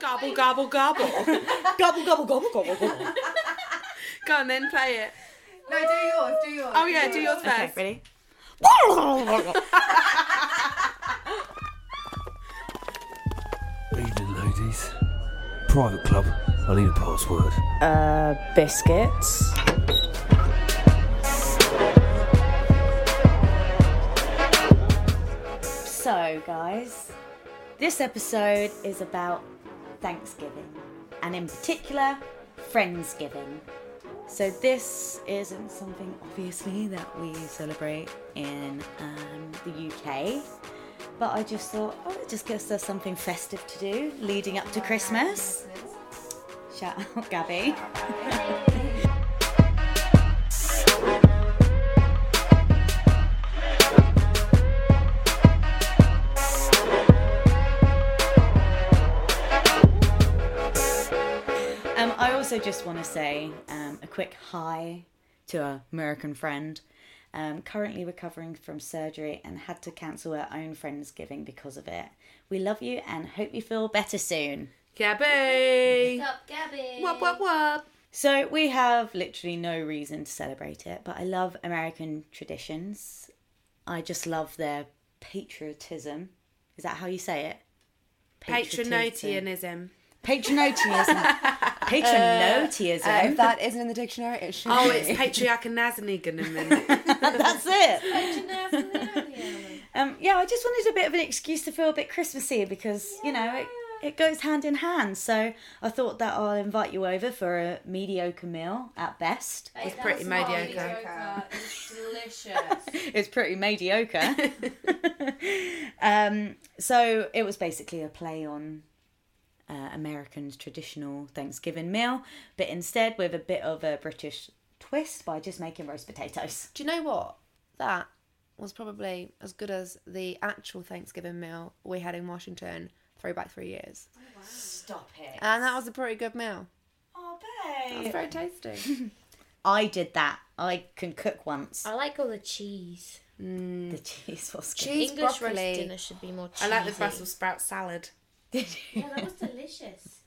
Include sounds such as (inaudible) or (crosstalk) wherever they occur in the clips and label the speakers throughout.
Speaker 1: gobble gobble gobble, (laughs) gobble gobble gobble gobble gobble. Go on then, play it.
Speaker 2: No, do yours, do yours.
Speaker 1: Oh yeah, do yours
Speaker 3: Okay,
Speaker 1: first.
Speaker 3: ready?
Speaker 4: Evening, ladies. Private club. I need a password.
Speaker 3: Biscuits. So, guys, this episode is about Thanksgiving, and in particular, Friendsgiving. So, this isn't something obviously that we celebrate in um, the UK, but I just thought, oh, it just gives us something festive to do leading up to Christmas. Shout out, Gabby. Um, I also just want to say um, a quick hi to our American friend. Um, currently recovering from surgery and had to cancel her own Friendsgiving because of it. We love you and hope you feel better soon.
Speaker 1: Gabby.
Speaker 2: Up, Gabby.
Speaker 1: Wop wop wop.
Speaker 3: So we have literally no reason to celebrate it, but I love American traditions. I just love their patriotism. Is that how you say it?
Speaker 1: Patriotianism.
Speaker 3: Patriotism. Patriotism.
Speaker 2: If that isn't in the dictionary, it should
Speaker 1: Oh,
Speaker 2: be.
Speaker 1: (laughs) it's patriarchanasniganism.
Speaker 3: That's it. um, yeah, I just wanted a bit of an excuse to feel a bit Christmassy because, you know, it, it goes hand in hand. So I thought that I'll invite you over for a mediocre meal at best.
Speaker 1: It's pretty mediocre.
Speaker 5: It's delicious.
Speaker 3: It's pretty mediocre. um, so it was basically a play on uh, Americans' traditional Thanksgiving meal, but instead with a bit of a British twist by just making roast potatoes.
Speaker 5: Do you know what? That was probably as good as the actual Thanksgiving meal we had in Washington throwback three years.
Speaker 3: Stop it.
Speaker 5: And that was a pretty good meal.
Speaker 3: Oh,
Speaker 5: It was
Speaker 3: babe.
Speaker 5: very tasty.
Speaker 3: I did that. I can cook once.
Speaker 6: (laughs) I like all the cheese.
Speaker 3: The
Speaker 5: Mm.
Speaker 3: cheese (laughs) was good.
Speaker 5: Cheese
Speaker 6: English roast
Speaker 5: broccoli.
Speaker 6: dinner should be more
Speaker 1: I
Speaker 6: cheesy.
Speaker 1: like the Brussels sprout salad.
Speaker 6: Yeah, that was delicious.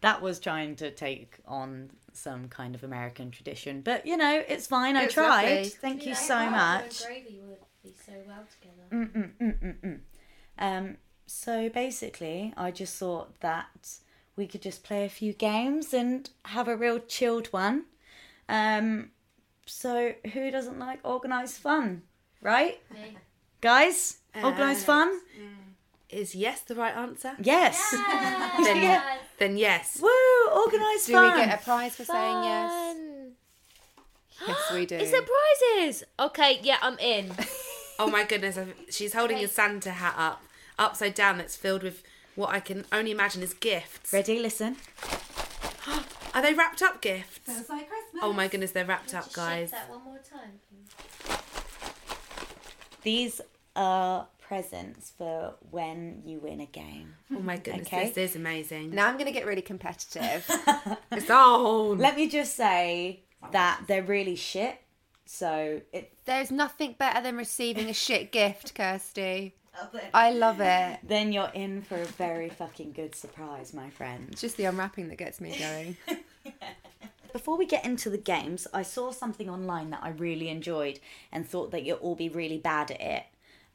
Speaker 3: That was trying to take on some kind of American tradition, but you know, it's fine. I
Speaker 5: It's
Speaker 3: tried.
Speaker 5: lovely.
Speaker 3: Thank you so much.
Speaker 6: gravy would be so well together.
Speaker 3: Um, so basically, I just thought that we could just play a few games and have a real chilled one. Um, so who doesn't like organized fun, right? Guys,
Speaker 5: Uh,
Speaker 3: organized fun?
Speaker 1: Is yes the right answer?
Speaker 3: Yes.
Speaker 1: Then, then yes.
Speaker 3: Woo, organized
Speaker 5: Do
Speaker 3: fun.
Speaker 5: we get a prize for saying yes?
Speaker 6: Fun. (gasps)
Speaker 5: Yes, we do.
Speaker 6: Is there prizes? Okay, yeah, I'm in.
Speaker 1: Oh my goodness, I've, she's holding a Santa hat up, upside down, that's filled with what I can only imagine is gifts.
Speaker 3: Ready, listen.
Speaker 1: Are they wrapped up gifts?
Speaker 2: It's like Christmas.
Speaker 1: Oh my goodness, they're wrapped up,
Speaker 6: Just shake
Speaker 1: guys.
Speaker 6: that one more time. please.
Speaker 3: These are presents for when you win a game.
Speaker 1: Oh my goodness,
Speaker 3: Okay.
Speaker 1: this is amazing.
Speaker 5: Now I'm going to get really competitive.
Speaker 1: It's (laughs) on.
Speaker 3: Let me just say that they're really shit. So it,
Speaker 5: There's nothing better than receiving a shit gift, Kirsty. I love it.
Speaker 3: then you're in for a very fucking good surprise, my friend.
Speaker 5: It's just the unwrapping that gets me going.
Speaker 3: Before we get into the games, I saw something online that I really enjoyed and thought that you'll all be really bad at it.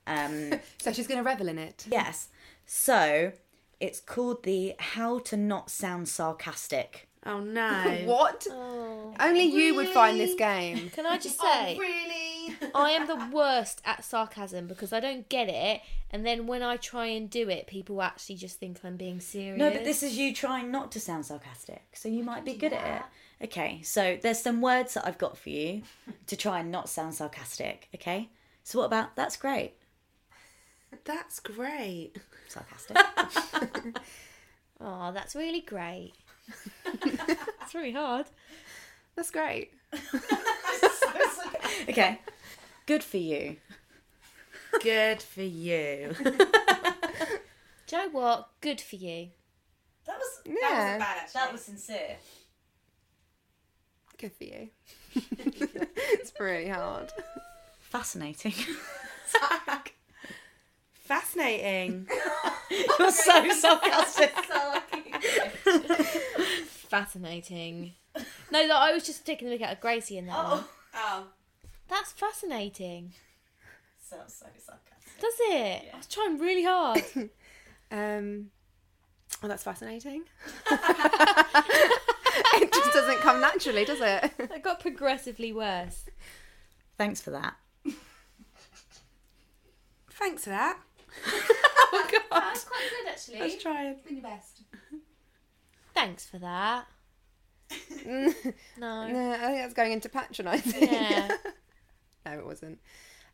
Speaker 3: Um,
Speaker 5: So she's going to revel in it.
Speaker 3: yes. So it's called the How to Not Sound Sarcastic.
Speaker 1: Oh no.
Speaker 5: What? Only you would find this game.
Speaker 6: Can I (laughs) just say,
Speaker 2: Really?
Speaker 6: I am (laughs) the worst at sarcasm because I don't get it, and then when I try and do it, people actually just think I'm being serious.
Speaker 3: No, but this is you trying not to sound sarcastic, so you might be good at it. Okay, so there's some words that I've got for you to try and not sound sarcastic, okay? So what about that's great?
Speaker 1: That's great.
Speaker 3: (laughs) Sarcastic.
Speaker 6: Oh, that's really great. (laughs) It's really hard.
Speaker 5: That's great.
Speaker 3: okay. Good for you.
Speaker 1: Good for you.
Speaker 6: Do you know what? Good for you.
Speaker 3: That was
Speaker 5: Yeah.
Speaker 3: that was sincere.
Speaker 5: Good for you. (laughs) it's really hard.
Speaker 3: (laughs) Fascinating.
Speaker 1: (laughs) Fascinating.
Speaker 3: (laughs) You're so sarcastic.
Speaker 6: fascinating. (laughs) No, that I was just taking a look at Gracie in that (laughs) one.
Speaker 1: Oh.
Speaker 6: That's fascinating.
Speaker 3: Sounds so sarcastic.
Speaker 6: Does it? I was trying really (laughs) hard.
Speaker 5: Um, oh, that's fascinating. (laughs)
Speaker 6: it
Speaker 5: It just doesn't come naturally, does it?
Speaker 6: got progressively (laughs) worse.
Speaker 3: Thanks for that.
Speaker 1: Thanks for that.
Speaker 5: oh God.
Speaker 6: That's quite good actually.
Speaker 5: Let's try it.
Speaker 2: Been your best.
Speaker 6: Thanks for that. No. (laughs)
Speaker 5: (laughs) No, I think that's going into patronising.
Speaker 6: Yeah.
Speaker 5: no, it wasn't.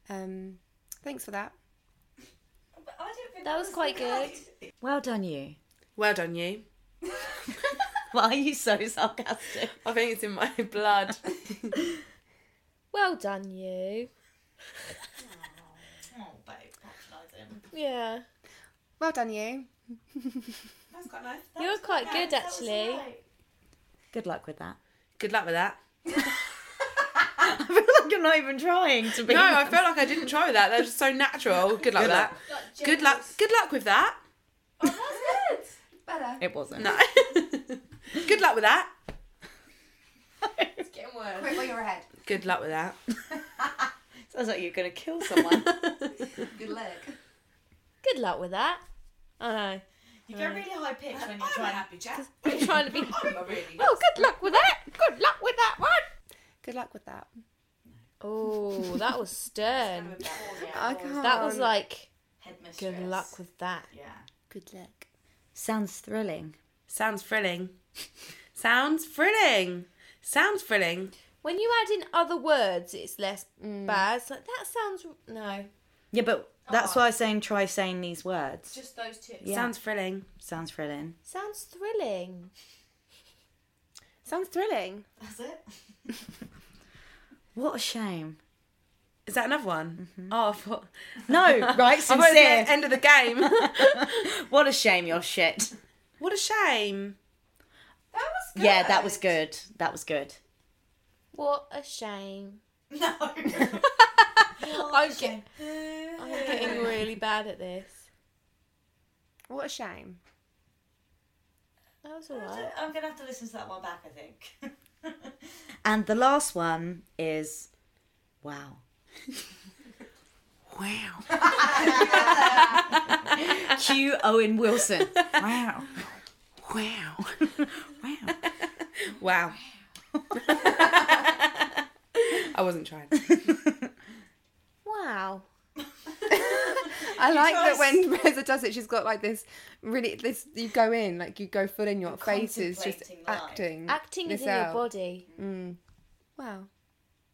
Speaker 5: Um, thanks for that.
Speaker 2: But I don't think
Speaker 6: That was quite good.
Speaker 3: Well done, you.
Speaker 1: Well done, you.
Speaker 3: Why are you so sarcastic?
Speaker 1: I think it's in my blood.
Speaker 6: Well done, you.
Speaker 3: Oh, babe, patronise him.
Speaker 6: Yeah.
Speaker 5: Well done, you.
Speaker 2: That was quite nice.
Speaker 6: You were quite good actually.
Speaker 3: Good luck with that. (laughs)
Speaker 1: Good luck with that.
Speaker 3: I feel like you're not even trying to be.
Speaker 1: No, I felt like I didn't try with that. That was just so natural. Good luck with that. Good luck. Good luck with that.
Speaker 2: Better.
Speaker 3: It wasn't.
Speaker 1: No. (laughs) Good luck with that.
Speaker 2: Quick while you're ahead.
Speaker 1: Good luck with that.
Speaker 3: (laughs) Sounds like you're gonna kill someone.
Speaker 2: Good luck.
Speaker 6: Good luck with that. I know.
Speaker 3: you get really high pitched when you try.
Speaker 2: Jack.
Speaker 6: I'm
Speaker 3: (laughs)
Speaker 6: trying to be. Oh, good luck with that. Good luck with that one.
Speaker 5: Good luck with that.
Speaker 6: Oh,
Speaker 3: (laughs)
Speaker 6: that was stern.
Speaker 5: I can't.
Speaker 6: That was like
Speaker 3: Headmistress.
Speaker 6: good luck with that.
Speaker 5: good luck.
Speaker 3: (laughs) Sounds thrilling.
Speaker 1: Sounds thrilling. Sounds thrilling. Sounds thrilling.
Speaker 6: When you add in other words, it's less bad. It's like that sounds no.
Speaker 3: Yeah, but
Speaker 7: Oh,
Speaker 3: that's why I'm saying try saying these words.
Speaker 6: Just those two.
Speaker 3: yeah.
Speaker 1: Sounds thrilling.
Speaker 3: sounds thrilling.
Speaker 6: Sounds thrilling.
Speaker 5: Sounds thrilling.
Speaker 3: What a shame.
Speaker 1: Is that another one? Oh, I thought.
Speaker 3: (laughs) No, right?
Speaker 1: I thought it was
Speaker 3: Sincere.
Speaker 1: the end of the game.
Speaker 3: What a shame,
Speaker 7: (laughs)
Speaker 3: your shit.
Speaker 1: what a shame.
Speaker 2: That was good.
Speaker 3: Yeah, that was good. That was good.
Speaker 6: What a
Speaker 3: (laughs)
Speaker 6: shame. (laughs)
Speaker 2: No.
Speaker 6: I'm, get- I'm getting really bad at this.
Speaker 5: What a shame.
Speaker 6: That was alright.
Speaker 7: I'm gonna have to listen to that one back. I think.
Speaker 3: And the last one is (laughs) wow.
Speaker 1: Wow.
Speaker 3: (laughs) Q Owen Wilson. Wow.
Speaker 1: Wow.
Speaker 3: Wow.
Speaker 1: Wow. I wasn't trying.
Speaker 6: Wow.
Speaker 5: I like that when Reza does it, she's got like this really this. You go in like you go full in. Your face is just
Speaker 7: contemplating life.
Speaker 5: acting.
Speaker 6: Acting is
Speaker 5: this
Speaker 6: in your
Speaker 5: out.
Speaker 6: body.
Speaker 5: Wow.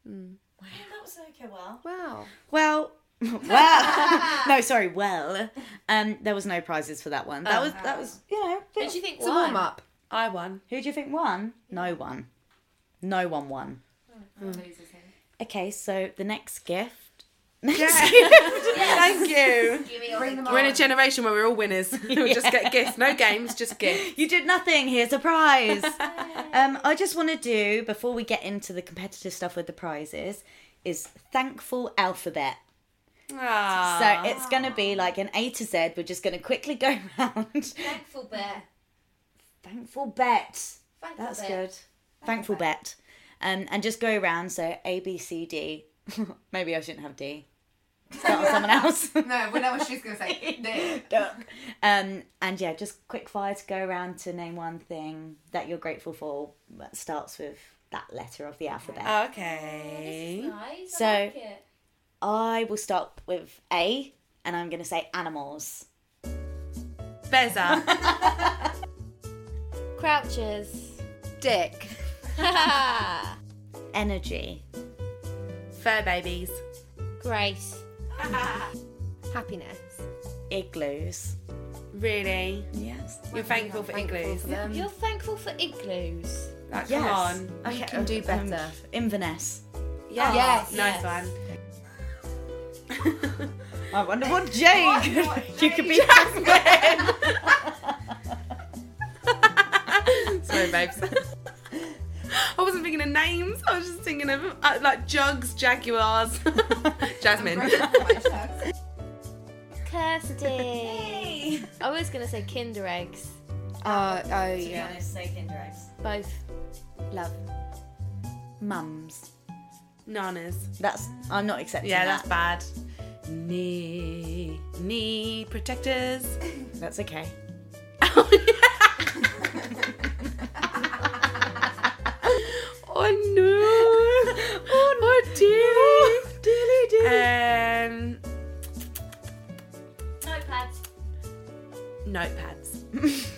Speaker 7: that was okay. Well,
Speaker 5: Wow.
Speaker 3: Well, well. no, sorry. Well, um, there was no prizes for that one. That was that was you know.
Speaker 6: Did you think
Speaker 5: It's a warm up.
Speaker 1: I won.
Speaker 3: Who do you think won? No one. No one won. Okay, so the next gift. (laughs) Next
Speaker 1: (laughs) Thank you.
Speaker 2: Bring them
Speaker 1: We're in
Speaker 2: on.
Speaker 1: a generation where we're all winners. (laughs) We'll just get gifts. No games, just gifts.
Speaker 3: You did nothing. Here's a prize. (laughs) um, I just want to do before we get into the competitive stuff with the prizes is thankful alphabet.
Speaker 1: (laughs) Ah.
Speaker 3: So it's going to be like an A to Z. We're just going to quickly go (laughs) round.
Speaker 7: thankful bear.
Speaker 3: thankful bet.
Speaker 7: Thankful
Speaker 3: That's
Speaker 7: bear.
Speaker 3: good. Thankful bet. Um, and just go around. So A B C D. (laughs) Maybe I shouldn't have D. Start with someone else. (laughs)
Speaker 2: No, we know what she's gonna say. There.
Speaker 3: Um, and yeah, just quick fire to go around to name one thing that you're grateful for that starts with that letter of the alphabet.
Speaker 1: Okay.
Speaker 7: Nice.
Speaker 3: So- like I will start with A and I'm going to say animals.
Speaker 1: Beza.
Speaker 6: Crouches. (laughs)
Speaker 5: Dick.
Speaker 3: Energy.
Speaker 1: Fur babies.
Speaker 6: Grace.
Speaker 5: (laughs) Happiness.
Speaker 3: Igloos.
Speaker 1: Really?
Speaker 3: Yes.
Speaker 1: You're thankful for igloos.
Speaker 6: You're thankful for igloos.
Speaker 1: Like,
Speaker 3: Yes.
Speaker 1: come on.
Speaker 3: Okay.
Speaker 5: can do
Speaker 3: um,
Speaker 5: better.
Speaker 3: Inverness.
Speaker 1: Yeah.
Speaker 6: Yes.
Speaker 1: Oh, Nice
Speaker 6: Yes.
Speaker 1: (laughs) one.
Speaker 3: I wonder what Jane could, you could be. (laughs)
Speaker 1: Sorry, babes. I wasn't thinking of names. I was just thinking of uh, like jugs, jaguars, (laughs)
Speaker 2: (laughs)
Speaker 1: Jasmine.
Speaker 5: (laughs)
Speaker 6: Kirsty. I was going to say Kinder eggs.
Speaker 5: Uh, oh,
Speaker 7: To
Speaker 5: yeah.
Speaker 7: be honest, so Kinder Eggs.
Speaker 6: Both.
Speaker 3: Love. Mums.
Speaker 1: Nanas.
Speaker 3: That's I'm not accepting
Speaker 1: Yeah,
Speaker 3: that.
Speaker 1: that's bad. Knee. Knee protectors.
Speaker 3: That's (laughs) okay.
Speaker 1: Oh, yeah. oh no. Oh dear. Dilly Um,
Speaker 7: Notepads.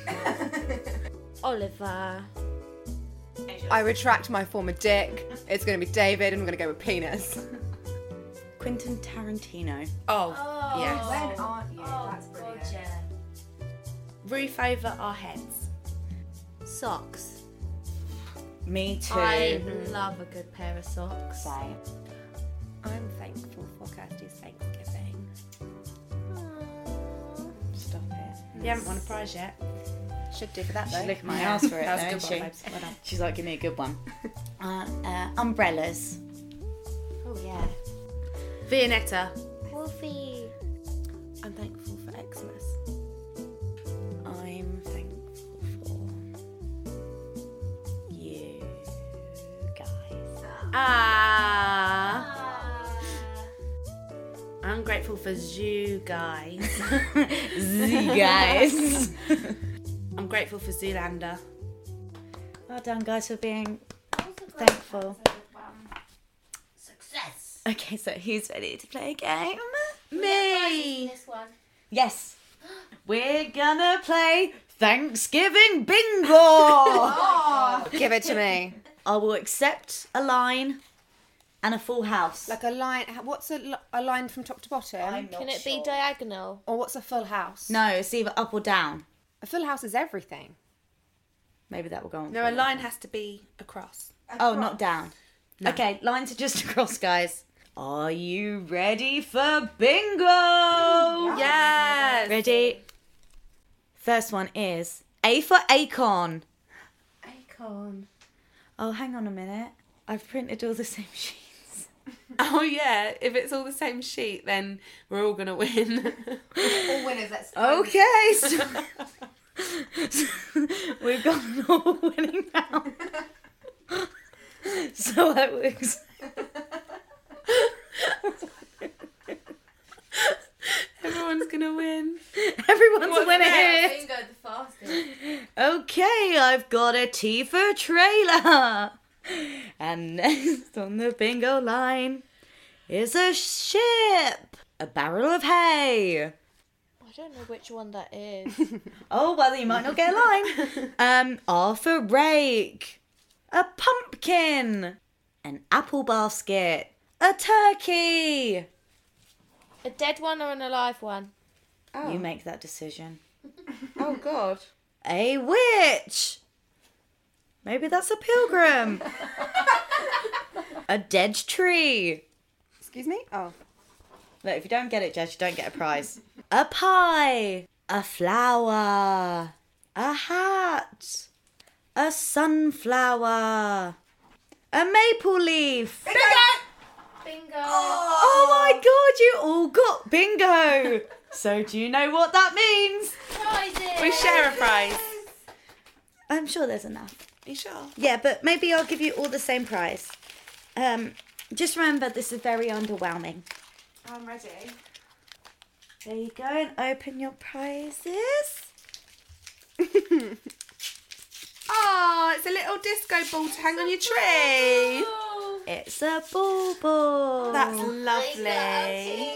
Speaker 1: notepads.
Speaker 6: (laughs) Oliver.
Speaker 5: I retract my former dick. It's gonna be David, and I'm gonna go with penis.
Speaker 3: Quentin Tarantino.
Speaker 1: Oh,
Speaker 7: Oh.
Speaker 1: yes.
Speaker 2: When aren't you?
Speaker 7: Oh,
Speaker 2: That's brilliant.
Speaker 7: God, yeah.
Speaker 1: Roof over our heads.
Speaker 6: Socks.
Speaker 3: Me too.
Speaker 6: I love a good pair of socks.
Speaker 3: Same.
Speaker 5: I'm thankful for Kirsty's Thanksgiving.
Speaker 3: Stop it.
Speaker 1: You haven't won a prize yet.
Speaker 5: Should do for that
Speaker 3: She's
Speaker 5: though.
Speaker 3: looking at my ass for it.
Speaker 1: That
Speaker 3: though,
Speaker 1: was a
Speaker 3: isn't
Speaker 1: good one,
Speaker 3: she?
Speaker 1: babes. Well done.
Speaker 3: She's like, give me a good one. Uh, uh, umbrellas.
Speaker 6: Oh yeah.
Speaker 1: Vianetta.
Speaker 6: Wolfie.
Speaker 5: I'm thankful for Xmas.
Speaker 3: I'm thankful for you guys.
Speaker 1: Ah. I'm grateful for you (laughs) guys.
Speaker 3: Z guys.
Speaker 1: I'm grateful for Zoolander.
Speaker 3: well done, guys, for being thankful.
Speaker 7: Success.
Speaker 3: Okay, so who's ready to play a game?
Speaker 1: Me.
Speaker 7: This one.
Speaker 3: Yes. We're gonna play Thanksgiving
Speaker 1: (laughs)
Speaker 3: Bingo!
Speaker 5: Give it to me.
Speaker 3: I will accept a line and a full house.
Speaker 5: Like a line. What's a, li- a line from top to bottom?
Speaker 6: Can it be diagonal?
Speaker 5: or what's a full house?
Speaker 3: No, it's either up or down.
Speaker 5: A full house is everything.
Speaker 3: Maybe that will go on.
Speaker 1: No,
Speaker 3: for
Speaker 1: a line has to be across.
Speaker 3: Oh, not down. Okay, lines are just (laughs) across, guys. Are you ready for bingo?
Speaker 1: Oh, Yes.
Speaker 3: Ready? First one is A for acorn.
Speaker 6: Acorn.
Speaker 3: Oh, hang on a minute. I've printed all the same (laughs) sheets.
Speaker 1: (laughs) Oh yeah. If it's all the same sheet, then we're all gonna
Speaker 3: (laughs)
Speaker 1: win.
Speaker 2: All winners. Let's.
Speaker 3: Okay, so
Speaker 1: (laughs)
Speaker 3: (laughs) we've got an all (laughs) winning
Speaker 1: (laughs)
Speaker 3: now. so I will accept
Speaker 1: Everyone's gonna win.
Speaker 3: everyone's a
Speaker 1: What's
Speaker 3: winner
Speaker 1: next?
Speaker 3: here.
Speaker 7: Bingo the fastest.
Speaker 3: Okay, I've got a T for trailer. And next on the bingo line is a ship, a barrel of hay.
Speaker 6: I don't know which one that is.
Speaker 3: Oh, well, you might not get a line. Um, R for rake, a pumpkin, an apple basket, a turkey.
Speaker 6: a dead one or an alive one?
Speaker 5: Oh.
Speaker 3: You make that decision.
Speaker 5: oh God.
Speaker 3: A witch. Maybe that's a pilgrim. a dead tree.
Speaker 5: Excuse me. Oh.
Speaker 3: Look, if you don't get it, Jess, you don't get a prize. a pie, a flower, a hat, a sunflower, a maple leaf. Bingo!
Speaker 5: (laughs)
Speaker 7: Bingo.
Speaker 3: Oh my god, you all got bingo! so, do you know what that means?
Speaker 7: Prizes.
Speaker 1: We share a prize.
Speaker 3: I'm sure there's enough.
Speaker 1: You sure?
Speaker 3: Yeah, but maybe I'll give you all the same prize. Um, just remember, this is very underwhelming.
Speaker 2: I'm ready.
Speaker 3: There you go, and open your prizes.
Speaker 1: Oh, it's a little disco ball to hang on your tree.
Speaker 3: It's a bauble.
Speaker 1: That's lovely.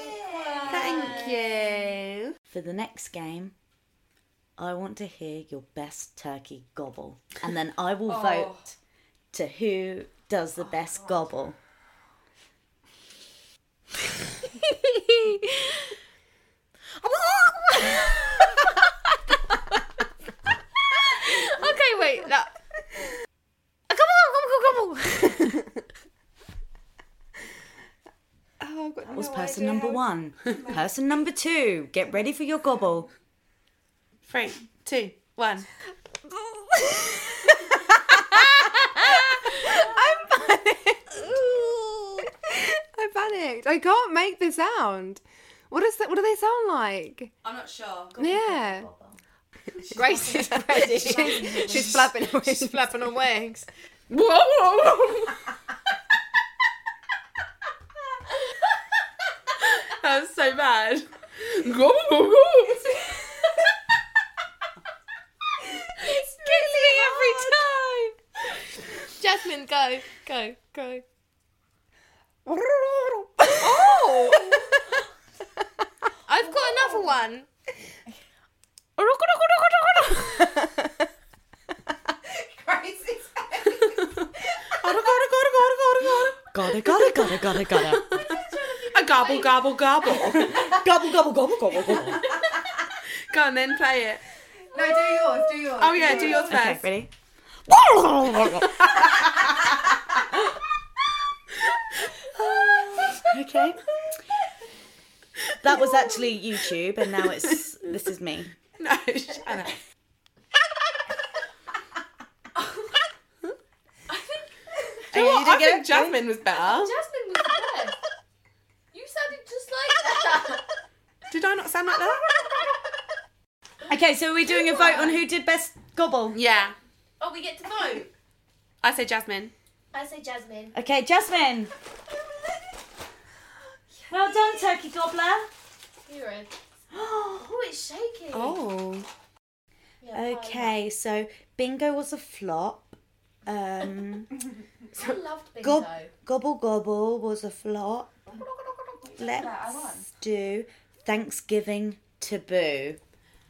Speaker 1: Thank you.
Speaker 3: For the next game, I want to hear your best turkey gobble, and then I will
Speaker 1: Oh.
Speaker 3: vote to who does the best gobble.
Speaker 6: (laughs)
Speaker 5: Okay, wait. No. Come on, come on, come on. oh, I've got
Speaker 3: That was person number one. person number two, get ready for your gobble.
Speaker 1: Three, two, one.
Speaker 5: I panicked. I can't make the sound. What is that? What do they sound like?
Speaker 7: I'm not sure.
Speaker 5: Yeah. (laughs) Grace (laughs) is ready. she's, flapping her wings. She's flapping her wings.
Speaker 1: Whoa, whoa, whoa. that was so
Speaker 5: (laughs)
Speaker 1: bad. Go, go, go.
Speaker 5: It's me
Speaker 6: Jasmine, go, go, go.
Speaker 5: every time. (laughs) oh!
Speaker 6: I've got another one.
Speaker 2: Grace is
Speaker 3: Gotta, gotta, gotta, gotta, gotta.
Speaker 1: A gobble, gobble, gobble.
Speaker 3: gobble, gobble, gobble, gobble, gobble.
Speaker 1: Go on then, play it.
Speaker 2: No, do yours, do yours.
Speaker 1: Oh yeah, do yours
Speaker 3: Okay,
Speaker 1: first.
Speaker 3: ready? okay. That was actually YouTube, and now it's this is me.
Speaker 1: (laughs) No, shut (laughs) up.
Speaker 3: Oh, yeah,
Speaker 1: Well,
Speaker 3: you
Speaker 1: I
Speaker 3: didn't get
Speaker 1: think
Speaker 3: it?
Speaker 1: Jasmine was
Speaker 7: (laughs)
Speaker 1: better.
Speaker 7: Jasmine was the best. You sounded just like
Speaker 6: (laughs)
Speaker 7: that.
Speaker 1: Did I not sound like that? (laughs)
Speaker 3: Okay, so are we doing a vote on who did best gobble?
Speaker 1: Yeah,
Speaker 7: Oh, we get to vote.
Speaker 1: I say Jasmine.
Speaker 7: I say Jasmine.
Speaker 3: Okay, Jasmine. Well done, Turkey Gobbler.
Speaker 7: You're (gasps) in. Oh, it's shaking.
Speaker 5: Oh.
Speaker 7: Yeah, fine.
Speaker 3: Okay, so bingo was a flop. Um,
Speaker 7: I loved bingo.
Speaker 3: gob- gobble gobble was a flop. Let's do Thanksgiving taboo,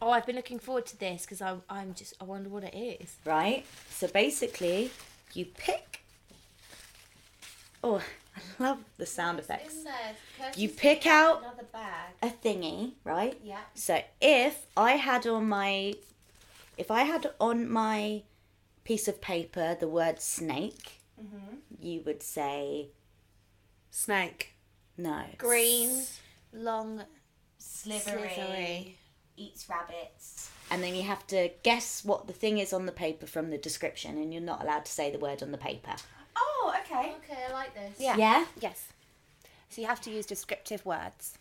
Speaker 6: Oh, I've been looking forward to this because I'm, I'm just, I wonder what it is.
Speaker 3: right? So basically, you pick. Oh, (laughs) I love the sound
Speaker 7: In
Speaker 3: effects.
Speaker 7: there, Curtis
Speaker 3: You pick out
Speaker 7: another bag.
Speaker 3: a thingy, right?
Speaker 7: Yeah.
Speaker 3: So if I had on my if I had on my piece of paper the word snake,
Speaker 7: Mm-hmm.
Speaker 3: you would say
Speaker 1: Snake.
Speaker 3: no.
Speaker 6: Green, long,
Speaker 2: Slivery, eats rabbits.
Speaker 3: And then you have to guess what the thing is on the paper from the description and you're not allowed to say the word on the paper.
Speaker 2: Oh, okay.
Speaker 7: Okay, I like this.
Speaker 6: Yeah.
Speaker 3: Yeah?
Speaker 6: Yes. So you have to use descriptive words.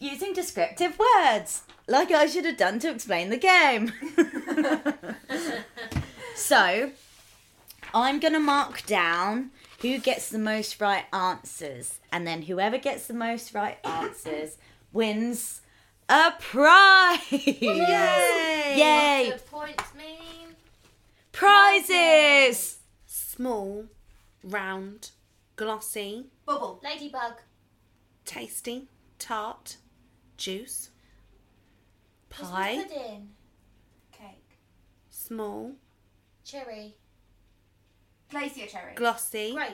Speaker 3: Using descriptive words. Like I should have done to explain the game. (laughs) so I'm gonna mark down who gets the most right answers, and then whoever gets the most right answers wins a prize. Yay!
Speaker 7: What's the points mean?
Speaker 3: Prizes!
Speaker 1: Small, round, glossy,
Speaker 2: Bubble.
Speaker 7: Ladybug.
Speaker 1: tasty, tart, juice,
Speaker 7: Christmas
Speaker 1: pie,
Speaker 7: Pudding.
Speaker 2: Cake.
Speaker 1: small,
Speaker 7: Cherry.
Speaker 2: Glacier cherry.
Speaker 1: glossy,
Speaker 7: Grape.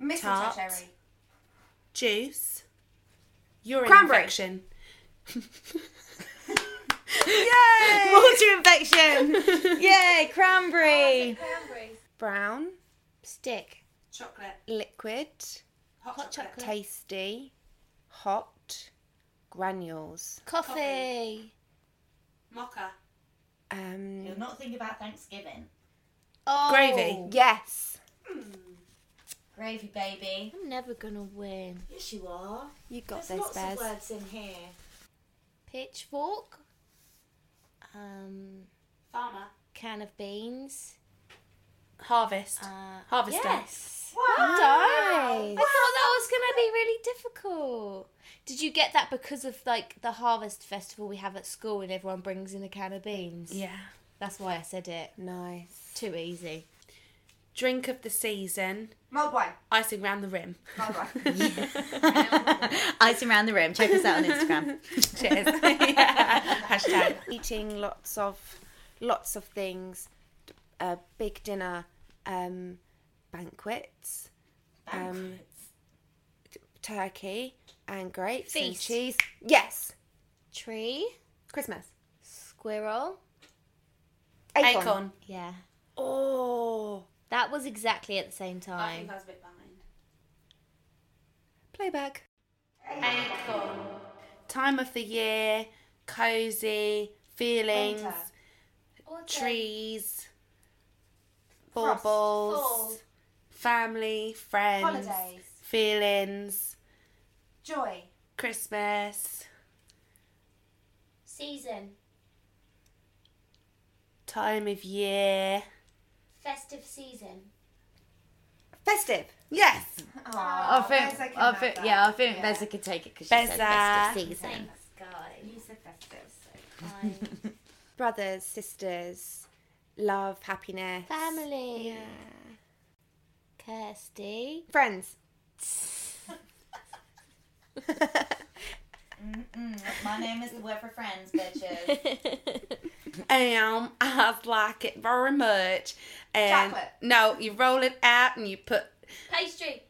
Speaker 2: Mistletoe
Speaker 1: Tart.
Speaker 2: cherry.
Speaker 1: juice, urine
Speaker 2: Cranberry.
Speaker 1: infection.
Speaker 3: Water infection! Yay, cranberry!
Speaker 7: Cranberries.
Speaker 5: Brown.
Speaker 6: Stick.
Speaker 1: Chocolate.
Speaker 5: Liquid.
Speaker 1: Hot, chocolate.
Speaker 5: Tasty. Hot. Granules.
Speaker 6: Coffee.
Speaker 1: Mocha.
Speaker 5: Um.
Speaker 3: not thinking about Thanksgiving.
Speaker 6: Oh,
Speaker 1: Gravy.
Speaker 5: Yes.
Speaker 3: Gravy baby.
Speaker 6: I'm never gonna win.
Speaker 3: Yes, you are.
Speaker 5: You got this, Bez.
Speaker 3: words in here.
Speaker 6: Pitchfork. Um,
Speaker 1: Farmer.
Speaker 6: can of beans.
Speaker 1: Harvest.
Speaker 6: Uh,
Speaker 1: Harvester.
Speaker 6: Yes.
Speaker 2: Wow.
Speaker 6: I thought that was gonna be really difficult. Did you get that because of like the harvest festival we have at school and everyone brings in a can of beans?
Speaker 1: Yeah.
Speaker 6: That's why I said it.
Speaker 5: Nice.
Speaker 6: Too easy.
Speaker 1: Drink of the season.
Speaker 2: Mulled wine.
Speaker 1: Icing round the rim.
Speaker 2: Mulled wine.
Speaker 3: (laughs) Icing around the room. Check us out on (laughs) Instagram.
Speaker 1: Cheers. yeah. Hashtag.
Speaker 5: Eating lots of, lots of things. D- A big dinner. Um, banquets. Um, t- turkey and grapes and
Speaker 6: Feast.
Speaker 5: cheese. Yes.
Speaker 6: Tree.
Speaker 5: Christmas.
Speaker 6: Squirrel.
Speaker 5: Acorn.
Speaker 1: Acorn.
Speaker 6: Yeah.
Speaker 5: Oh.
Speaker 6: That was exactly at the same time.
Speaker 1: was a bit behind.
Speaker 5: Playback.
Speaker 1: Time of the year. Cozy. Feelings.
Speaker 2: Winter.
Speaker 7: Autumn.
Speaker 1: Trees.
Speaker 2: Frost.
Speaker 1: Baubles.
Speaker 7: Fall.
Speaker 1: Family. Friends.
Speaker 2: Holidays.
Speaker 1: Feelings.
Speaker 2: Joy.
Speaker 1: (laughs) Christmas.
Speaker 7: Season.
Speaker 5: Time of year.
Speaker 7: Festive season.
Speaker 5: Festive. Yes.
Speaker 2: Oh,
Speaker 3: think, I think, yeah, I think Beza could take it because she said
Speaker 5: Beza.
Speaker 3: festive season.
Speaker 7: Guys.
Speaker 2: You said festive. So.
Speaker 5: (laughs) Brothers, sisters, love, happiness.
Speaker 6: Family.
Speaker 5: Yeah.
Speaker 6: (laughs) Kirsty.
Speaker 5: Friends.
Speaker 2: My name is the word for friends,
Speaker 3: (laughs)
Speaker 2: bitches.
Speaker 1: Um, I like it very much. And
Speaker 2: Chocolate.
Speaker 1: No, you roll it out and you put
Speaker 7: Pastry.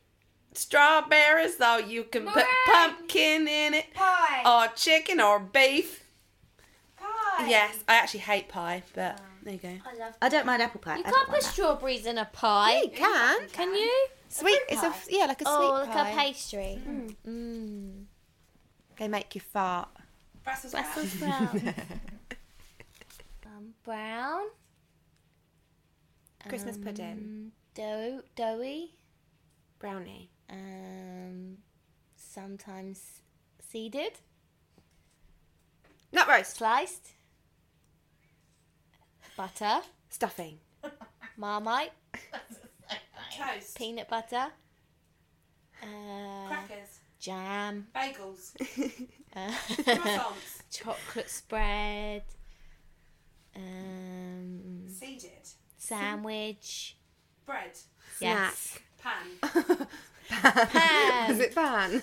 Speaker 1: strawberries or you can put
Speaker 7: Meringue.
Speaker 1: pumpkin in it
Speaker 2: Pie.
Speaker 1: or chicken or beef.
Speaker 2: Pie. Oh.
Speaker 1: Yes, I actually hate pie, but there you go.
Speaker 7: I love.
Speaker 3: I don't mind apple pie.
Speaker 6: You
Speaker 3: I
Speaker 6: can't
Speaker 3: don't
Speaker 6: put
Speaker 3: mind
Speaker 6: strawberries in a pie.
Speaker 5: You can.
Speaker 6: Can you?
Speaker 5: Sweet. It's a
Speaker 2: pie.
Speaker 5: yeah, like a
Speaker 6: Oh,
Speaker 5: sweet
Speaker 6: like
Speaker 5: pie.
Speaker 6: a pastry. Mm.
Speaker 5: They make you fart.
Speaker 2: Brussels sprouts.
Speaker 6: Brussels sprouts. (laughs) um, brown.
Speaker 5: Christmas pudding.
Speaker 1: Um,
Speaker 6: Dough, doughy.
Speaker 5: Brownie.
Speaker 6: Um, sometimes seeded,
Speaker 5: Nut roast.
Speaker 6: sliced. Butter,
Speaker 5: Stuffing.
Speaker 6: marmite,
Speaker 2: Toast.
Speaker 6: peanut butter. Uh,
Speaker 2: Crackers.
Speaker 6: jam.
Speaker 2: Bagels.
Speaker 1: (laughs)
Speaker 6: uh, (laughs)
Speaker 2: Croissants.
Speaker 6: chocolate spread. Um,
Speaker 2: Seeded.
Speaker 6: sandwich.
Speaker 2: Bread.
Speaker 6: Yes.
Speaker 2: Pan.
Speaker 1: um,
Speaker 3: (laughs)
Speaker 6: Pan.
Speaker 5: Is it fan?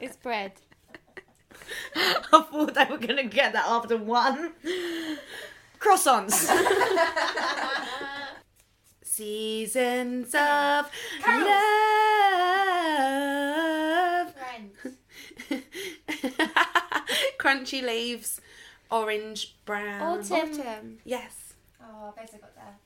Speaker 6: It's bread.
Speaker 3: I thought they were going to get that after one. (laughs) Croissants.
Speaker 1: Seasons of love.
Speaker 7: Friends.
Speaker 1: (laughs) Crunchy leaves, orange,
Speaker 3: Um,
Speaker 1: brown.
Speaker 6: Autumn.
Speaker 1: Yes.
Speaker 2: Oh, Beza got there.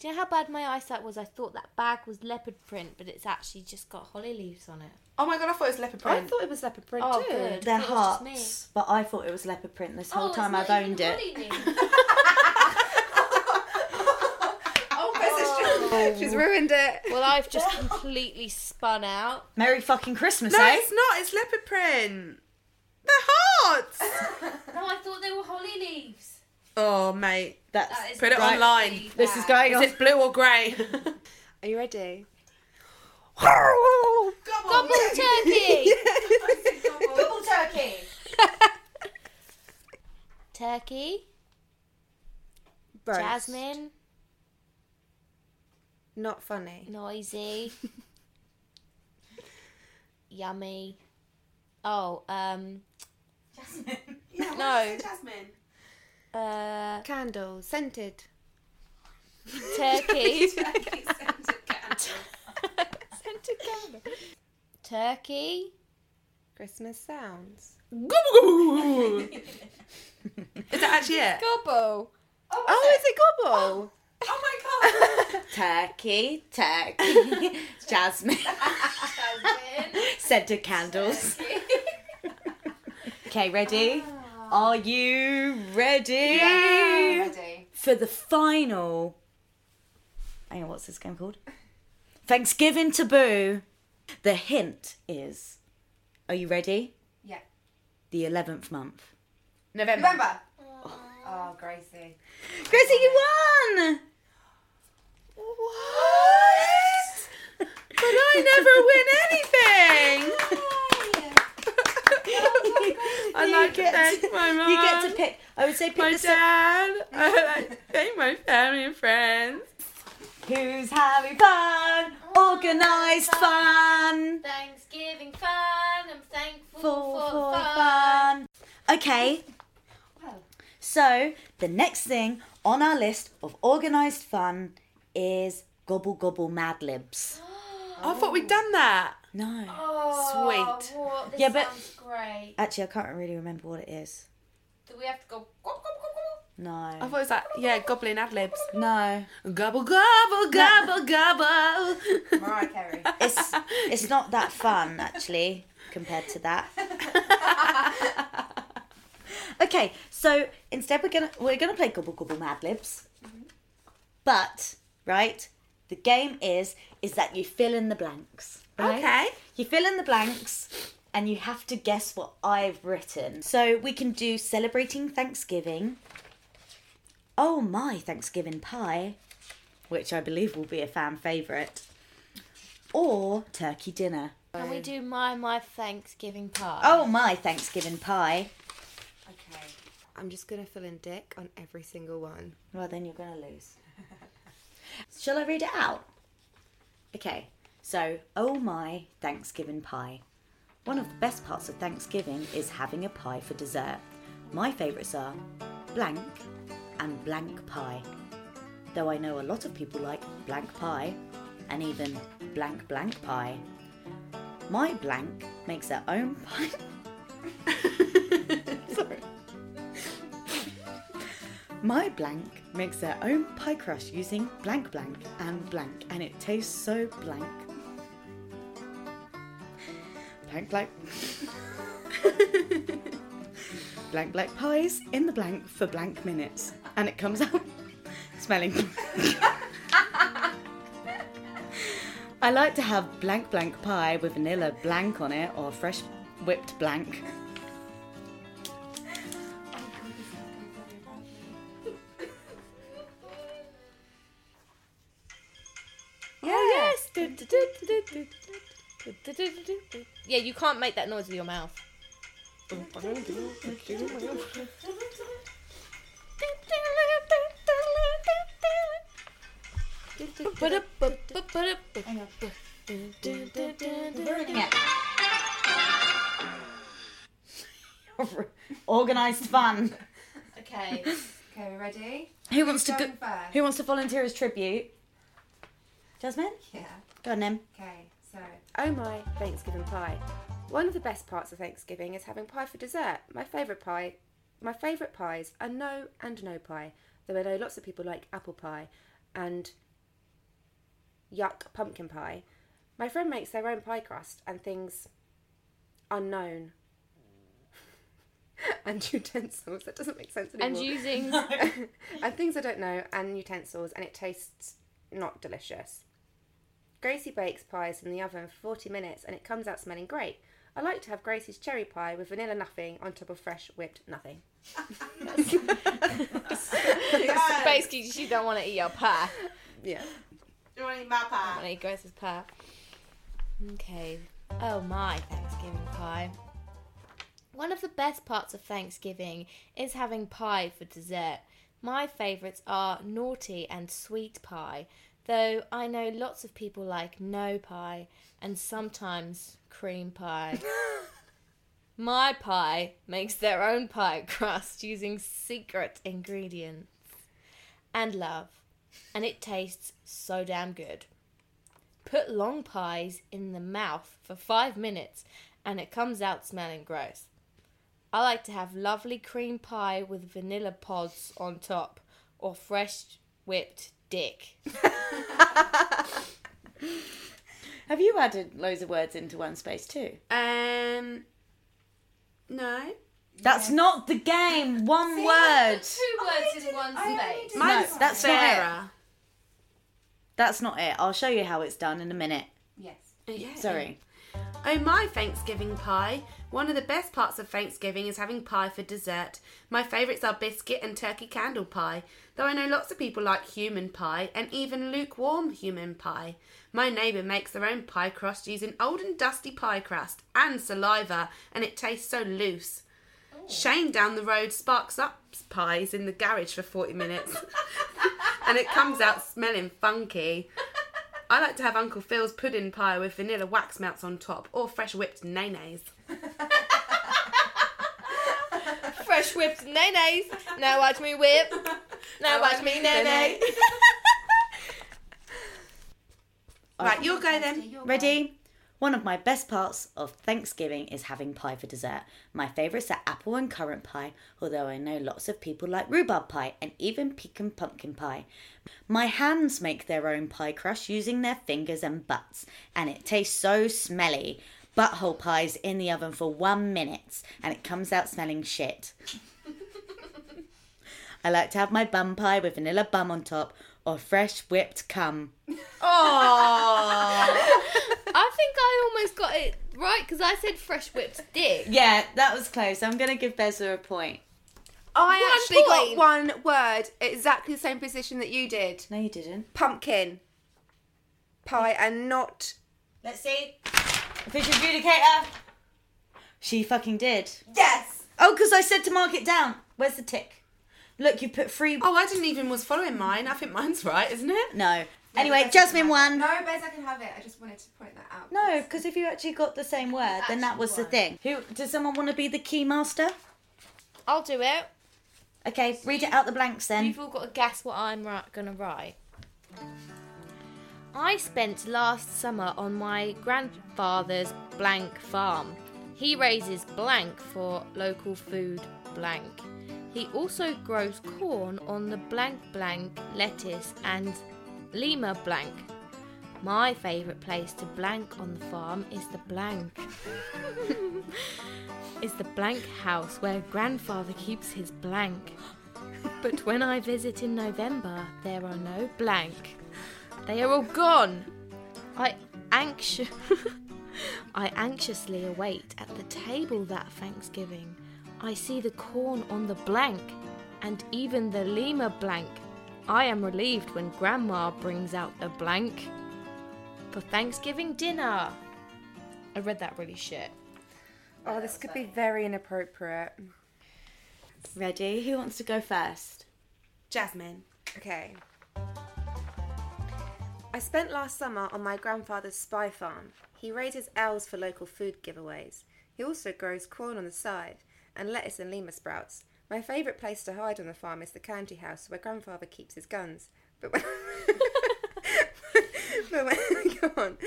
Speaker 6: Do you know how bad my eyesight was? I thought that bag was leopard print, but it's actually just got holly leaves on it.
Speaker 1: (laughs) Oh my god, I thought it was leopard print.
Speaker 5: thought it was leopard print
Speaker 6: Oh, good.
Speaker 3: They're
Speaker 6: It was just me. Oh,
Speaker 3: hearts, but I thought it was leopard print this whole
Speaker 7: Oh, it's
Speaker 3: time
Speaker 7: not
Speaker 3: I've owned
Speaker 7: even holiday.
Speaker 3: it. (laughs)
Speaker 6: (laughs)
Speaker 2: Oh, Beza's just.
Speaker 5: She's ruined it.
Speaker 6: Well, I've just completely spun out.
Speaker 3: Merry fucking Christmas,
Speaker 1: No,
Speaker 3: eh?
Speaker 1: it's not. It's leopard print. They're hearts.
Speaker 5: (laughs)
Speaker 6: Oh,
Speaker 7: no, I thought they were holly leaves.
Speaker 1: oh, mate.
Speaker 3: That's
Speaker 1: Put it
Speaker 3: right.
Speaker 1: online.
Speaker 3: This is going
Speaker 1: Is
Speaker 3: on.
Speaker 1: it blue or grey?
Speaker 5: (laughs) Are you ready?
Speaker 6: Gobble
Speaker 3: (laughs)
Speaker 1: (laughs)
Speaker 6: turkey!
Speaker 2: Double turkey.
Speaker 6: turkey,
Speaker 5: Roast.
Speaker 6: jasmine,
Speaker 5: Not funny.
Speaker 6: noisy, yummy. Oh, um,
Speaker 2: Jasmine. Yeah, what
Speaker 6: No.
Speaker 2: is it, Jasmine. (laughs)
Speaker 6: uh,
Speaker 5: Candles. Scented.
Speaker 6: turkey,
Speaker 2: Turkey scented candle.
Speaker 6: (laughs)
Speaker 5: Scented candles.
Speaker 6: turkey,
Speaker 5: Christmas sounds.
Speaker 1: is that actually it?
Speaker 6: gobble,
Speaker 2: Oh, was
Speaker 5: Oh,
Speaker 2: it?
Speaker 5: is it gobble?
Speaker 2: Oh my god.
Speaker 3: Turkey,
Speaker 2: (laughs)
Speaker 3: turkey, jasmine, scented candles. okay, ready?
Speaker 2: Ah.
Speaker 3: Are you ready
Speaker 2: Ready.
Speaker 3: for the final? Hang on, what's this game called? Thanksgiving Taboo. The hint is, are you ready?
Speaker 2: Yeah.
Speaker 3: The eleventh month.
Speaker 1: November.
Speaker 2: Remember. Oh, Gracie.
Speaker 3: Gracie, you won. What?
Speaker 1: But I
Speaker 3: (laughs)
Speaker 1: never win anything. I
Speaker 3: You
Speaker 1: like
Speaker 3: get
Speaker 1: it. Thank
Speaker 3: to-
Speaker 1: my mum.
Speaker 3: You get to pick. I would say pick
Speaker 1: my
Speaker 3: the song.
Speaker 1: dad. I like thank my family and friends.
Speaker 3: Who's having fun? Organised fun.
Speaker 7: Thanksgiving fun. I'm thankful
Speaker 3: Full
Speaker 7: for,
Speaker 3: for
Speaker 7: fun.
Speaker 3: fun. Okay. So the next thing on our list of organised fun is gobble gobble Mad Libs. (gasps)
Speaker 5: Oh.
Speaker 1: I thought we'd done that.
Speaker 3: No.
Speaker 7: Oh,
Speaker 1: Sweet.
Speaker 7: What, this
Speaker 3: Yeah, but-
Speaker 7: sounds great.
Speaker 3: Actually, I can't really remember what it is.
Speaker 7: Do we have to go? Gobble, gobble,
Speaker 1: I
Speaker 3: No.
Speaker 1: thought it was like, yeah, goblin ad libs.
Speaker 3: No.
Speaker 1: Gobble, gobble, gobble, gobble.
Speaker 2: Mariah Carey.
Speaker 3: It's it's not that fun actually compared to that. (laughs) Okay, so instead we're gonna we're gonna play Gobble Gobble Mad Libs. But right, the game is is that you fill in the blanks. right?
Speaker 1: okay.
Speaker 3: You fill in the blanks and you have to guess what I've written. So we can do celebrating Thanksgiving. Oh my Thanksgiving pie, which I believe will be a fan favourite, or turkey dinner.
Speaker 6: (laughs) Can we do my my Thanksgiving part?
Speaker 3: Oh my Thanksgiving pie.
Speaker 2: Okay.
Speaker 5: I'm just gonna fill in Dick on every single one.
Speaker 3: Well, then you're going to lose. (laughs) Shall I read it out? Okay, so, oh my Thanksgiving pie. One of the best parts of Thanksgiving is having a pie for dessert. My favourites are blank and blank pie. Though I know a lot of people like blank pie and even blank blank pie. My blank makes their own (laughs) pie. Sorry. My blank makes their own pie crust using blank blank and blank, and it tastes so blank. Blank blank. blank blank pies in the blank for blank minutes, and it comes out (laughs) smelling. I like to have blank blank pie with vanilla blank on it or fresh whipped blank.
Speaker 5: Oh, yes. Du- du- du- du- du- du.
Speaker 6: Yeah, you can't make that noise with your mouth.
Speaker 3: Organised fun.
Speaker 6: Okay.
Speaker 2: Okay, we ready?
Speaker 3: Who wants to go,
Speaker 2: Going first.
Speaker 3: Who wants to volunteer as tribute? Jasmine?
Speaker 2: Yeah.
Speaker 3: Go on then.
Speaker 2: Okay, so
Speaker 5: Oh my Thanksgiving pie. One of the best parts of Thanksgiving is having pie for dessert. My favourite pie my favourite pies are no and no pie, though I know lots of people like apple pie and yuck pumpkin pie. My friend makes their own pie crust and things unknown. (laughs) and utensils. That doesn't make sense
Speaker 1: (laughs)
Speaker 5: anymore.
Speaker 6: (laughs) And using
Speaker 5: and things I don't know, and utensils, and it tastes not delicious. Gracie bakes pies in the oven for 40 minutes and it comes out smelling great. I like to have Gracie's cherry pie with vanilla nothing on top of fresh whipped nothing.
Speaker 6: basically she don't want to eat your pie.
Speaker 5: Yeah.
Speaker 2: Do you want any mapa?
Speaker 6: want to eat Grace's pie. Okay. Oh my Thanksgiving pie. One of the best parts of Thanksgiving is having pie for dessert. My favourites are naughty and sweet pie, though I know lots of people like no pie and sometimes cream pie. My pie makes their own pie crust using secret ingredients and love, and it tastes so damn good. Put long pies in the mouth for five minutes and it comes out smelling gross. I like to have lovely cream pie with vanilla pods on top or fresh whipped dick.
Speaker 7: (laughs)
Speaker 3: Have you added loads of words into one space too?
Speaker 1: Um, no.
Speaker 3: That's not the game. One word.
Speaker 7: Two words in one space.
Speaker 3: No,
Speaker 1: Mine's
Speaker 3: that's not it.
Speaker 1: Sarah.
Speaker 3: That's not it. I'll show you how it's done in a minute.
Speaker 2: Yes.
Speaker 1: Yeah.
Speaker 3: Sorry.
Speaker 1: Oh my Thanksgiving pie. One of the best parts of Thanksgiving is having pie for dessert. My favourites are biscuit and turkey candle pie, though I know lots of people like human pie and even lukewarm human pie. My neighbour makes their own pie crust using old and dusty pie crust and saliva, and it tastes so loose. Shane down the road sparks up pies in the garage for 40 minutes, (laughs) and it comes out smelling funky. I like to have Uncle Phil's pudding pie with vanilla wax melts on top or fresh whipped nays.
Speaker 6: Fresh whipped nays. Now watch
Speaker 7: (laughs)
Speaker 6: me whip. Now watch me (laughs) nay.
Speaker 1: Right, you'll go then.
Speaker 3: Ready? One of my best parts of Thanksgiving is having pie for dessert. My favourites are apple and currant pie, although I know lots of people like rhubarb pie and even pecan pumpkin pie. My hands make their own pie crust using their fingers and butts, and it tastes so smelly. Butthole pies in the oven for one minute, and it comes out smelling shit. I like to have my bum pie with vanilla bum on top or fresh whipped cum.
Speaker 6: I think I almost got it right? Because I said fresh whipped dick.
Speaker 3: Yeah, that was close. I'm going to give Bezza a point.
Speaker 5: Oh, I
Speaker 6: One
Speaker 5: actually
Speaker 6: point.
Speaker 5: got one word exactly the same position that you did.
Speaker 3: No, you didn't.
Speaker 5: Pumpkin pie and not
Speaker 3: Let's see. Official adjudicator. She fucking did.
Speaker 5: yes.
Speaker 3: Oh, because I said to mark it down. Where's the tick? Look, you put three.
Speaker 1: Oh, I didn't even was following mine. I think mine's right, isn't it?
Speaker 3: No. Anyway, Jasmine won.
Speaker 2: No, Bez, I can have it. I just wanted to point that out.
Speaker 3: No, because if you actually got the same word, then that was the thing. Who does someone want to be the key master?
Speaker 6: I'll do it.
Speaker 3: Okay, read it out the blanks then.
Speaker 6: You've all got to guess what I'm ri- gonna write. I spent last summer on my grandfather's blank farm. He raises blank for local food blank. He also grows corn on the blank blank lettuce and lima blank. My favourite place to blank on the farm is the blank. is the blank house where grandfather keeps his blank. But when I visit in November, there are no blank. They are all gone. I anxious (laughs) I anxiously await at the table that Thanksgiving. I see the corn on the blank and even the lima blank. I am relieved when grandma brings out the blank for Thanksgiving dinner. I read that really shit.
Speaker 5: Oh, this could be very inappropriate.
Speaker 3: Ready? Who wants to go first?
Speaker 1: Jasmine.
Speaker 5: Okay. I spent last summer on my grandfather's spy farm. He raises owls for local food giveaways. He also grows corn on the side and lettuce and lima sprouts. My favourite place to hide on the farm is the county house where grandfather keeps his guns. But when, (laughs) but when, (laughs) go on.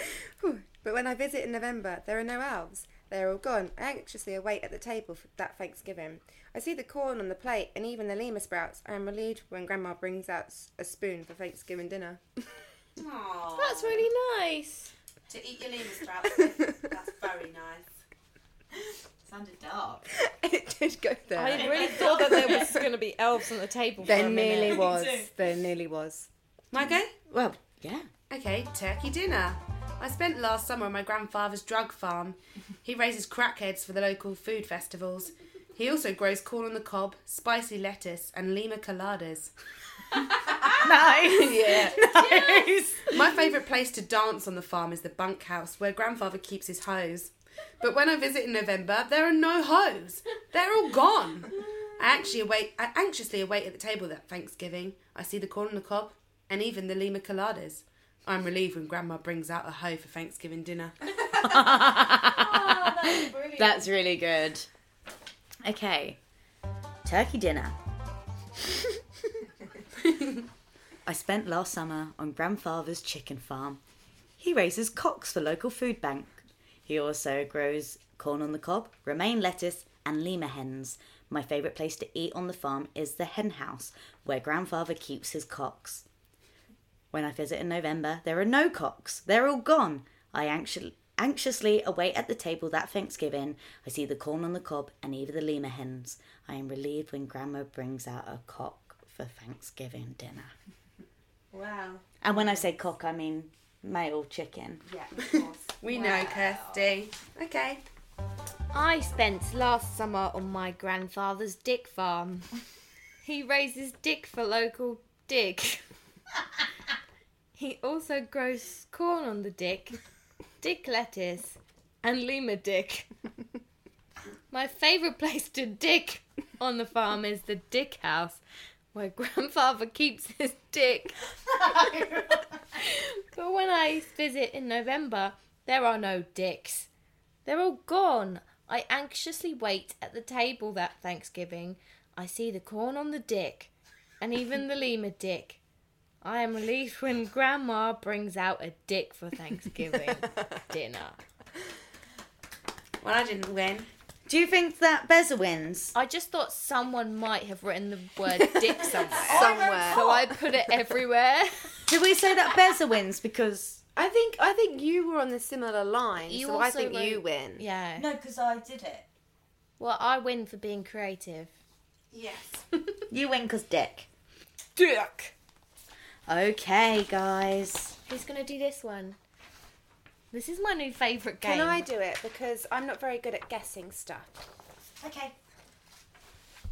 Speaker 5: Whew. But when I visit in November, there are no elves. They are all gone. I anxiously await at the table for that Thanksgiving. I see the corn on the plate and even the lima sprouts. I am relieved when Grandma brings out s- a spoon for Thanksgiving dinner.
Speaker 2: Aww.
Speaker 6: That's really nice.
Speaker 2: To eat your liver sprouts. with. That's very nice.
Speaker 3: Sounded dark.
Speaker 5: (laughs) it did go there.
Speaker 6: I really thought that there was going to be elves on the table. for
Speaker 5: there
Speaker 6: a minute.
Speaker 5: nearly was. There nearly was.
Speaker 1: My go?
Speaker 3: Well, yeah.
Speaker 1: Okay, turkey dinner. I spent last summer on my grandfather's drug farm. He raises crackheads for the local food festivals. He also grows corn on the cob, spicy lettuce, and lima coladas.
Speaker 3: (laughs) Nice.
Speaker 1: Yeah.
Speaker 3: Nice.
Speaker 1: My favourite place to dance on the farm is the bunkhouse where grandfather keeps his hose. But when I visit in November, there are no hose. They're all gone. I actually await I anxiously await at the table that Thanksgiving. I see the corn on the cob and even the lima coladas. I'm relieved when grandma brings out a hoe for Thanksgiving dinner.
Speaker 3: That's really good. Okay. Turkey dinner. (laughs) I spent last summer on grandfather's chicken farm. He raises cocks for local food bank. He also grows corn on the cob, romaine lettuce, and lima hens. My favourite place to eat on the farm is the hen house, where grandfather keeps his cocks. When I visit in November, there are no cocks. They're all gone. I anxi- anxiously await at the table that Thanksgiving. I see the corn on the cob and even the lima hens. I am relieved when Grandma brings out a cock for Thanksgiving dinner.
Speaker 2: Wow.
Speaker 3: And when I say cock, I mean male chicken.
Speaker 2: Yeah, of course.
Speaker 1: We know, Kirsty. Okay.
Speaker 6: I spent last summer on my grandfather's dick farm. he raises dick for local dick. he also grows corn on the dick, dick lettuce, and lima dick. My favourite place to dick on the farm is the dick house, where grandfather keeps his dick. but when I visit in November, there are no dicks. They're all gone. I anxiously wait at the table that Thanksgiving. I see the corn on the dick, and even
Speaker 5: (laughs)
Speaker 6: the lima dick. I am relieved when Grandma brings out a dick for
Speaker 5: (laughs)
Speaker 6: Thanksgiving dinner.
Speaker 1: Well, I didn't win.
Speaker 3: Do you think that Beza wins?
Speaker 6: I just thought someone might have written the
Speaker 5: (laughs)
Speaker 6: word dick somewhere,
Speaker 5: Somewhere.
Speaker 6: so I put it
Speaker 5: (laughs)
Speaker 6: everywhere.
Speaker 3: Do we say that Beza wins because.
Speaker 5: I think I think you were on the similar line,
Speaker 6: You
Speaker 5: so I
Speaker 6: also
Speaker 5: think you
Speaker 6: wrote-
Speaker 5: win.
Speaker 6: Yeah.
Speaker 3: No, because I did it.
Speaker 6: Well, I win for being creative.
Speaker 2: Yes.
Speaker 3: You win because dick.
Speaker 5: Dick.
Speaker 3: Okay, guys.
Speaker 6: Who's gonna do this one? This is my new favourite game.
Speaker 5: Can I do it? Because I'm not very good at guessing stuff.
Speaker 6: Okay.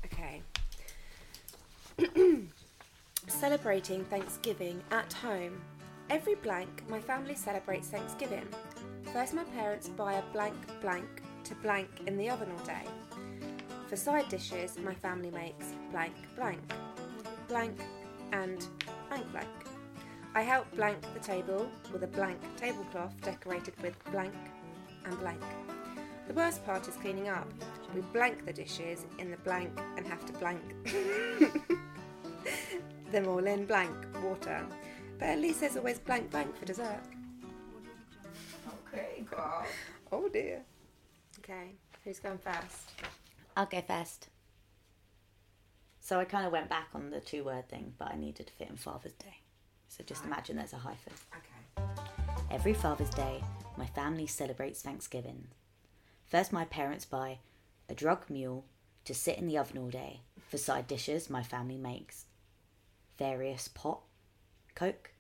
Speaker 5: Okay. Celebrating Thanksgiving at home. Every blank, my family celebrates Thanksgiving. First, my parents buy a blank blank to blank in the oven all day. For side dishes, my family makes blank blank, blank, and blank blank. I help blank the table with a blank tablecloth (laughs) decorated with blank and blank. The worst part is cleaning up. We blank the dishes in the blank and have to blank (laughs) them all in blank water. But at least there's always blank blank for dessert. Oh dear. Okay, who's going first?
Speaker 3: I'll go first. So I kind of went back on the two word thing, but I needed to fit in Father's Day. So just imagine there's a hyphen.
Speaker 5: Okay.
Speaker 3: Every Father's Day, my family celebrates Thanksgiving. First, my parents buy a drug mule to sit in the oven all day. For side dishes, my family makes various pot, coke,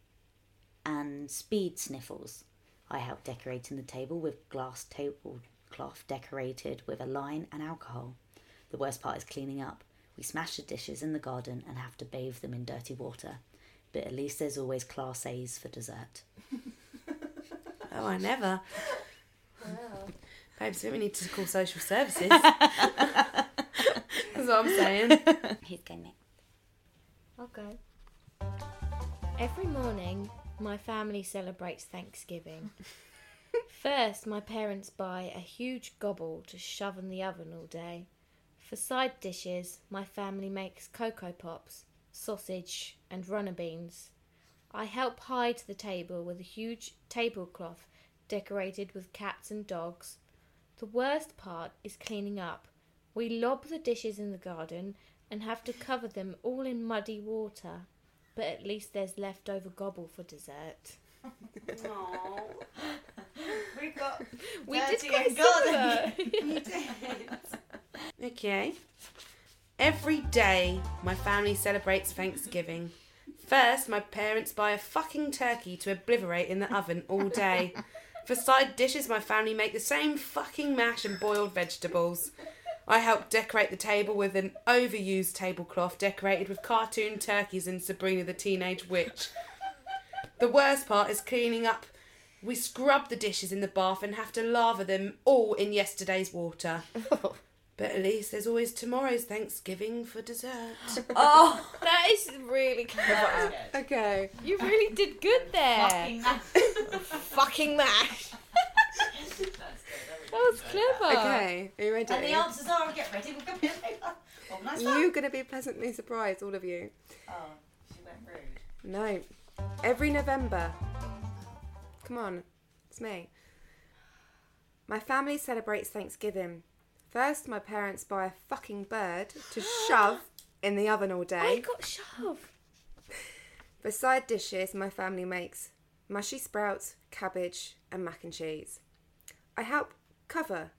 Speaker 3: and speed sniffles. I help decorating the table with glass tablecloth decorated with a line and alcohol. The worst part is cleaning up. We smash the dishes in the garden and have to bathe them in dirty water. But at least there's always class A's for (laughs) dessert.
Speaker 1: Oh, I never. Babes, we need to call social services. (laughs) That's what I'm saying.
Speaker 3: Who's going next?
Speaker 6: Okay. Every morning, my family celebrates Thanksgiving. First, my parents buy a huge gobble to shove in the oven all day. For side dishes, my family makes cocoa pops, sausage, and runner beans. I help hide the table with a huge tablecloth decorated with cats and dogs. The worst part is cleaning up. We lob the dishes in the garden and have to cover them all in muddy water. But at least there's leftover gobble for dessert.
Speaker 3: We got
Speaker 6: We did
Speaker 3: Dirty
Speaker 6: quite
Speaker 3: and golden.
Speaker 6: similar.
Speaker 5: (laughs)
Speaker 1: Okay. Every day, my family celebrates Thanksgiving. First, my parents buy a fucking turkey to obliterate in the oven all day. For side dishes, my family make the same fucking mash and boiled vegetables. I help decorate the table with an overused tablecloth decorated with cartoon turkeys and Sabrina the Teenage Witch. The worst part is cleaning up. We scrub the dishes in the bath and have to lava them all in yesterday's water. But at least there's always tomorrow's Thanksgiving for dessert.
Speaker 3: oh
Speaker 6: that is really clever.
Speaker 5: Okay.
Speaker 6: You really did good there.
Speaker 3: fucking
Speaker 6: Fucking mash. that was clever.
Speaker 5: Okay. Are you ready?
Speaker 3: Uh, And the answers are get ready, we'll get paper. (laughs) Well, nice one.
Speaker 5: You're going to be pleasantly surprised, all of you.
Speaker 3: Oh, she went rude.
Speaker 5: No. Every November. Come on, it's me. My family
Speaker 3: (gasps)
Speaker 5: celebrates Thanksgiving. First, my parents buy a fucking bird to shove in the oven all
Speaker 6: I
Speaker 5: day.
Speaker 6: got shoved.
Speaker 5: For side dishes, my family makes mushy sprouts, cabbage, and mac and cheese. I help cover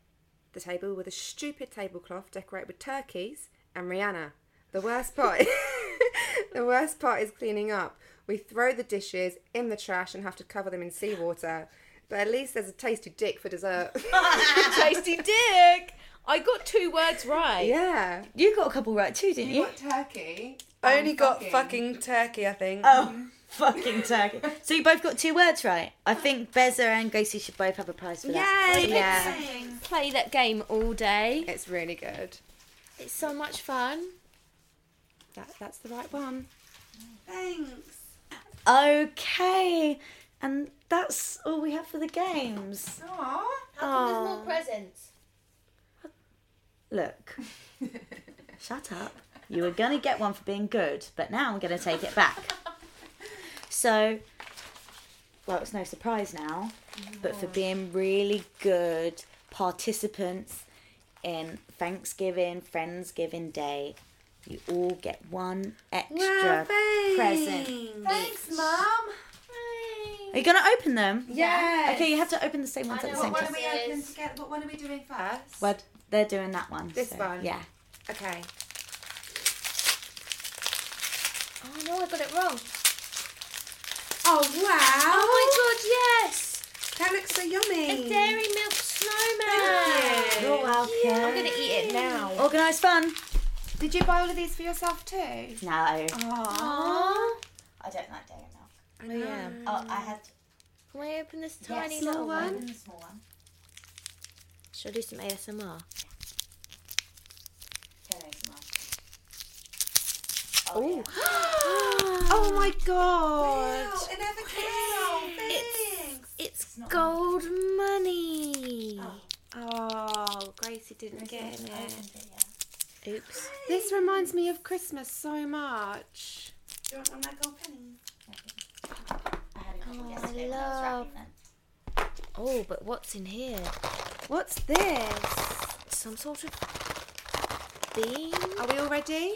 Speaker 5: the table with a stupid tablecloth decorated with turkeys and Rihanna. The worst part, (laughs) the worst part is cleaning up. We throw the dishes in the trash and have to cover them in seawater. But at least there's a tasty dick for dessert. (laughs)
Speaker 6: Tasty dick. I got two words right.
Speaker 5: yeah.
Speaker 3: You got a couple right too, didn't you?
Speaker 5: turkey.
Speaker 1: Only got Oh, fucking turkey, I think.
Speaker 3: (laughs) Oh, (laughs) fucking turkey. So you both got two words right. I think Beza and Gracie should both have a prize for that.
Speaker 5: Yeah.
Speaker 6: Play that game all day.
Speaker 5: It's really good.
Speaker 6: It's so much fun.
Speaker 5: That, that's the right one.
Speaker 3: Okay. And that's all we have for the games.
Speaker 7: There's more presents.
Speaker 3: Look. Shut up. You were going to get one for being good, but now I'm going to take it back. So, well, it's no surprise now, but for being really good participants in Thanksgiving, Friendsgiving Day, you all get one extra present.
Speaker 7: Thanks, Mum.
Speaker 3: Are you going to open them?
Speaker 2: Yes.
Speaker 3: Okay, you have to open the same ones
Speaker 7: I
Speaker 3: at the
Speaker 7: know
Speaker 3: same
Speaker 7: what
Speaker 2: What
Speaker 3: time.
Speaker 2: are we opening together? What one are we doing first?
Speaker 3: Well, they're doing that one.
Speaker 5: This one?
Speaker 3: Yeah.
Speaker 5: Okay.
Speaker 7: Oh no, I got it wrong.
Speaker 2: Oh wow!
Speaker 7: Oh my god, yes!
Speaker 1: That looks so yummy.
Speaker 6: A dairy milk snowman.
Speaker 3: You're
Speaker 6: I'm
Speaker 3: welcome.
Speaker 6: gonna eat it now.
Speaker 3: Organised fun.
Speaker 5: Did you buy all of these for yourself too?
Speaker 3: No, I
Speaker 6: Aww.
Speaker 3: don't like dairy milk.
Speaker 5: Oh, yeah.
Speaker 3: Oh, I had
Speaker 6: Can we open this tiny little one? Should I do some (gasps) ASMR?
Speaker 5: Oh. oh my god.
Speaker 2: Oh, an avocado. Thanks.
Speaker 6: It's gold money.
Speaker 5: Oh, Gracie didn't get in it. Oops. This reminds me of Christmas so much.
Speaker 2: Do you want one of my gold pennies?
Speaker 6: Oh, I love. Oh, but what's in here?
Speaker 5: What's this?
Speaker 6: Some sort of bean?
Speaker 5: Are we all ready?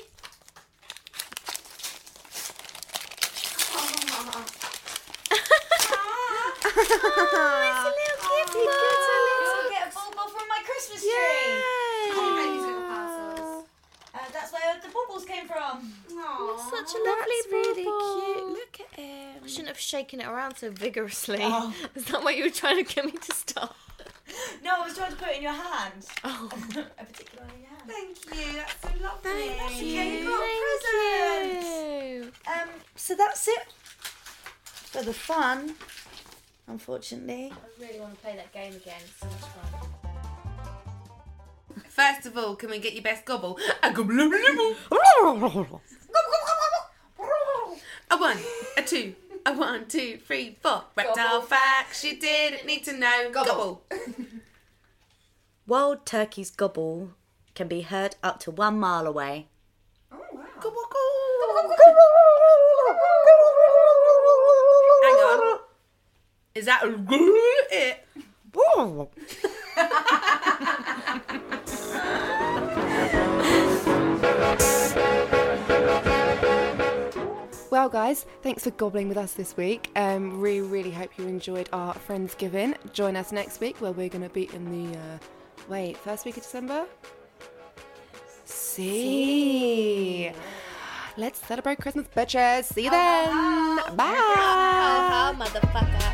Speaker 6: It's a little gift box.
Speaker 3: get a bauble from my Christmas tree. Uh, that's where the baubles came from.
Speaker 2: Aww.
Speaker 6: Such a lovely
Speaker 5: That's really cute.
Speaker 6: bauble.
Speaker 5: Look at him.
Speaker 6: I shouldn't have shaken it around so vigorously. (laughs) Is that why you were trying to get me to stop?
Speaker 3: No, I was trying to put it in your hand.
Speaker 6: (laughs) Oh.
Speaker 3: a particular hand.
Speaker 2: Thank you. That's so lovely. Thank
Speaker 6: Thank
Speaker 2: you. got a present.
Speaker 6: you.
Speaker 3: Um, so that's it for the fun. Unfortunately,
Speaker 6: I really want to play that game again. It's so much fun.
Speaker 1: First of all, can we get your best gobble? A gobble. gobble, gobble, gobble. A one, a two, a one, two, three, four. Reptile facts you didn't need to know. Gobble.
Speaker 3: wild turkeys gobble can be heard up to one mile away.
Speaker 1: Hang on. Is that it?
Speaker 5: Well, guys, thanks for gobbling with us this week. Um, we really hope you enjoyed our Friendsgiving. Join us next week where we're going to be in the, uh, wait, first week of December? See. Let's celebrate Christmas, bitches. See you then. Bye.
Speaker 6: Oh, motherfucker.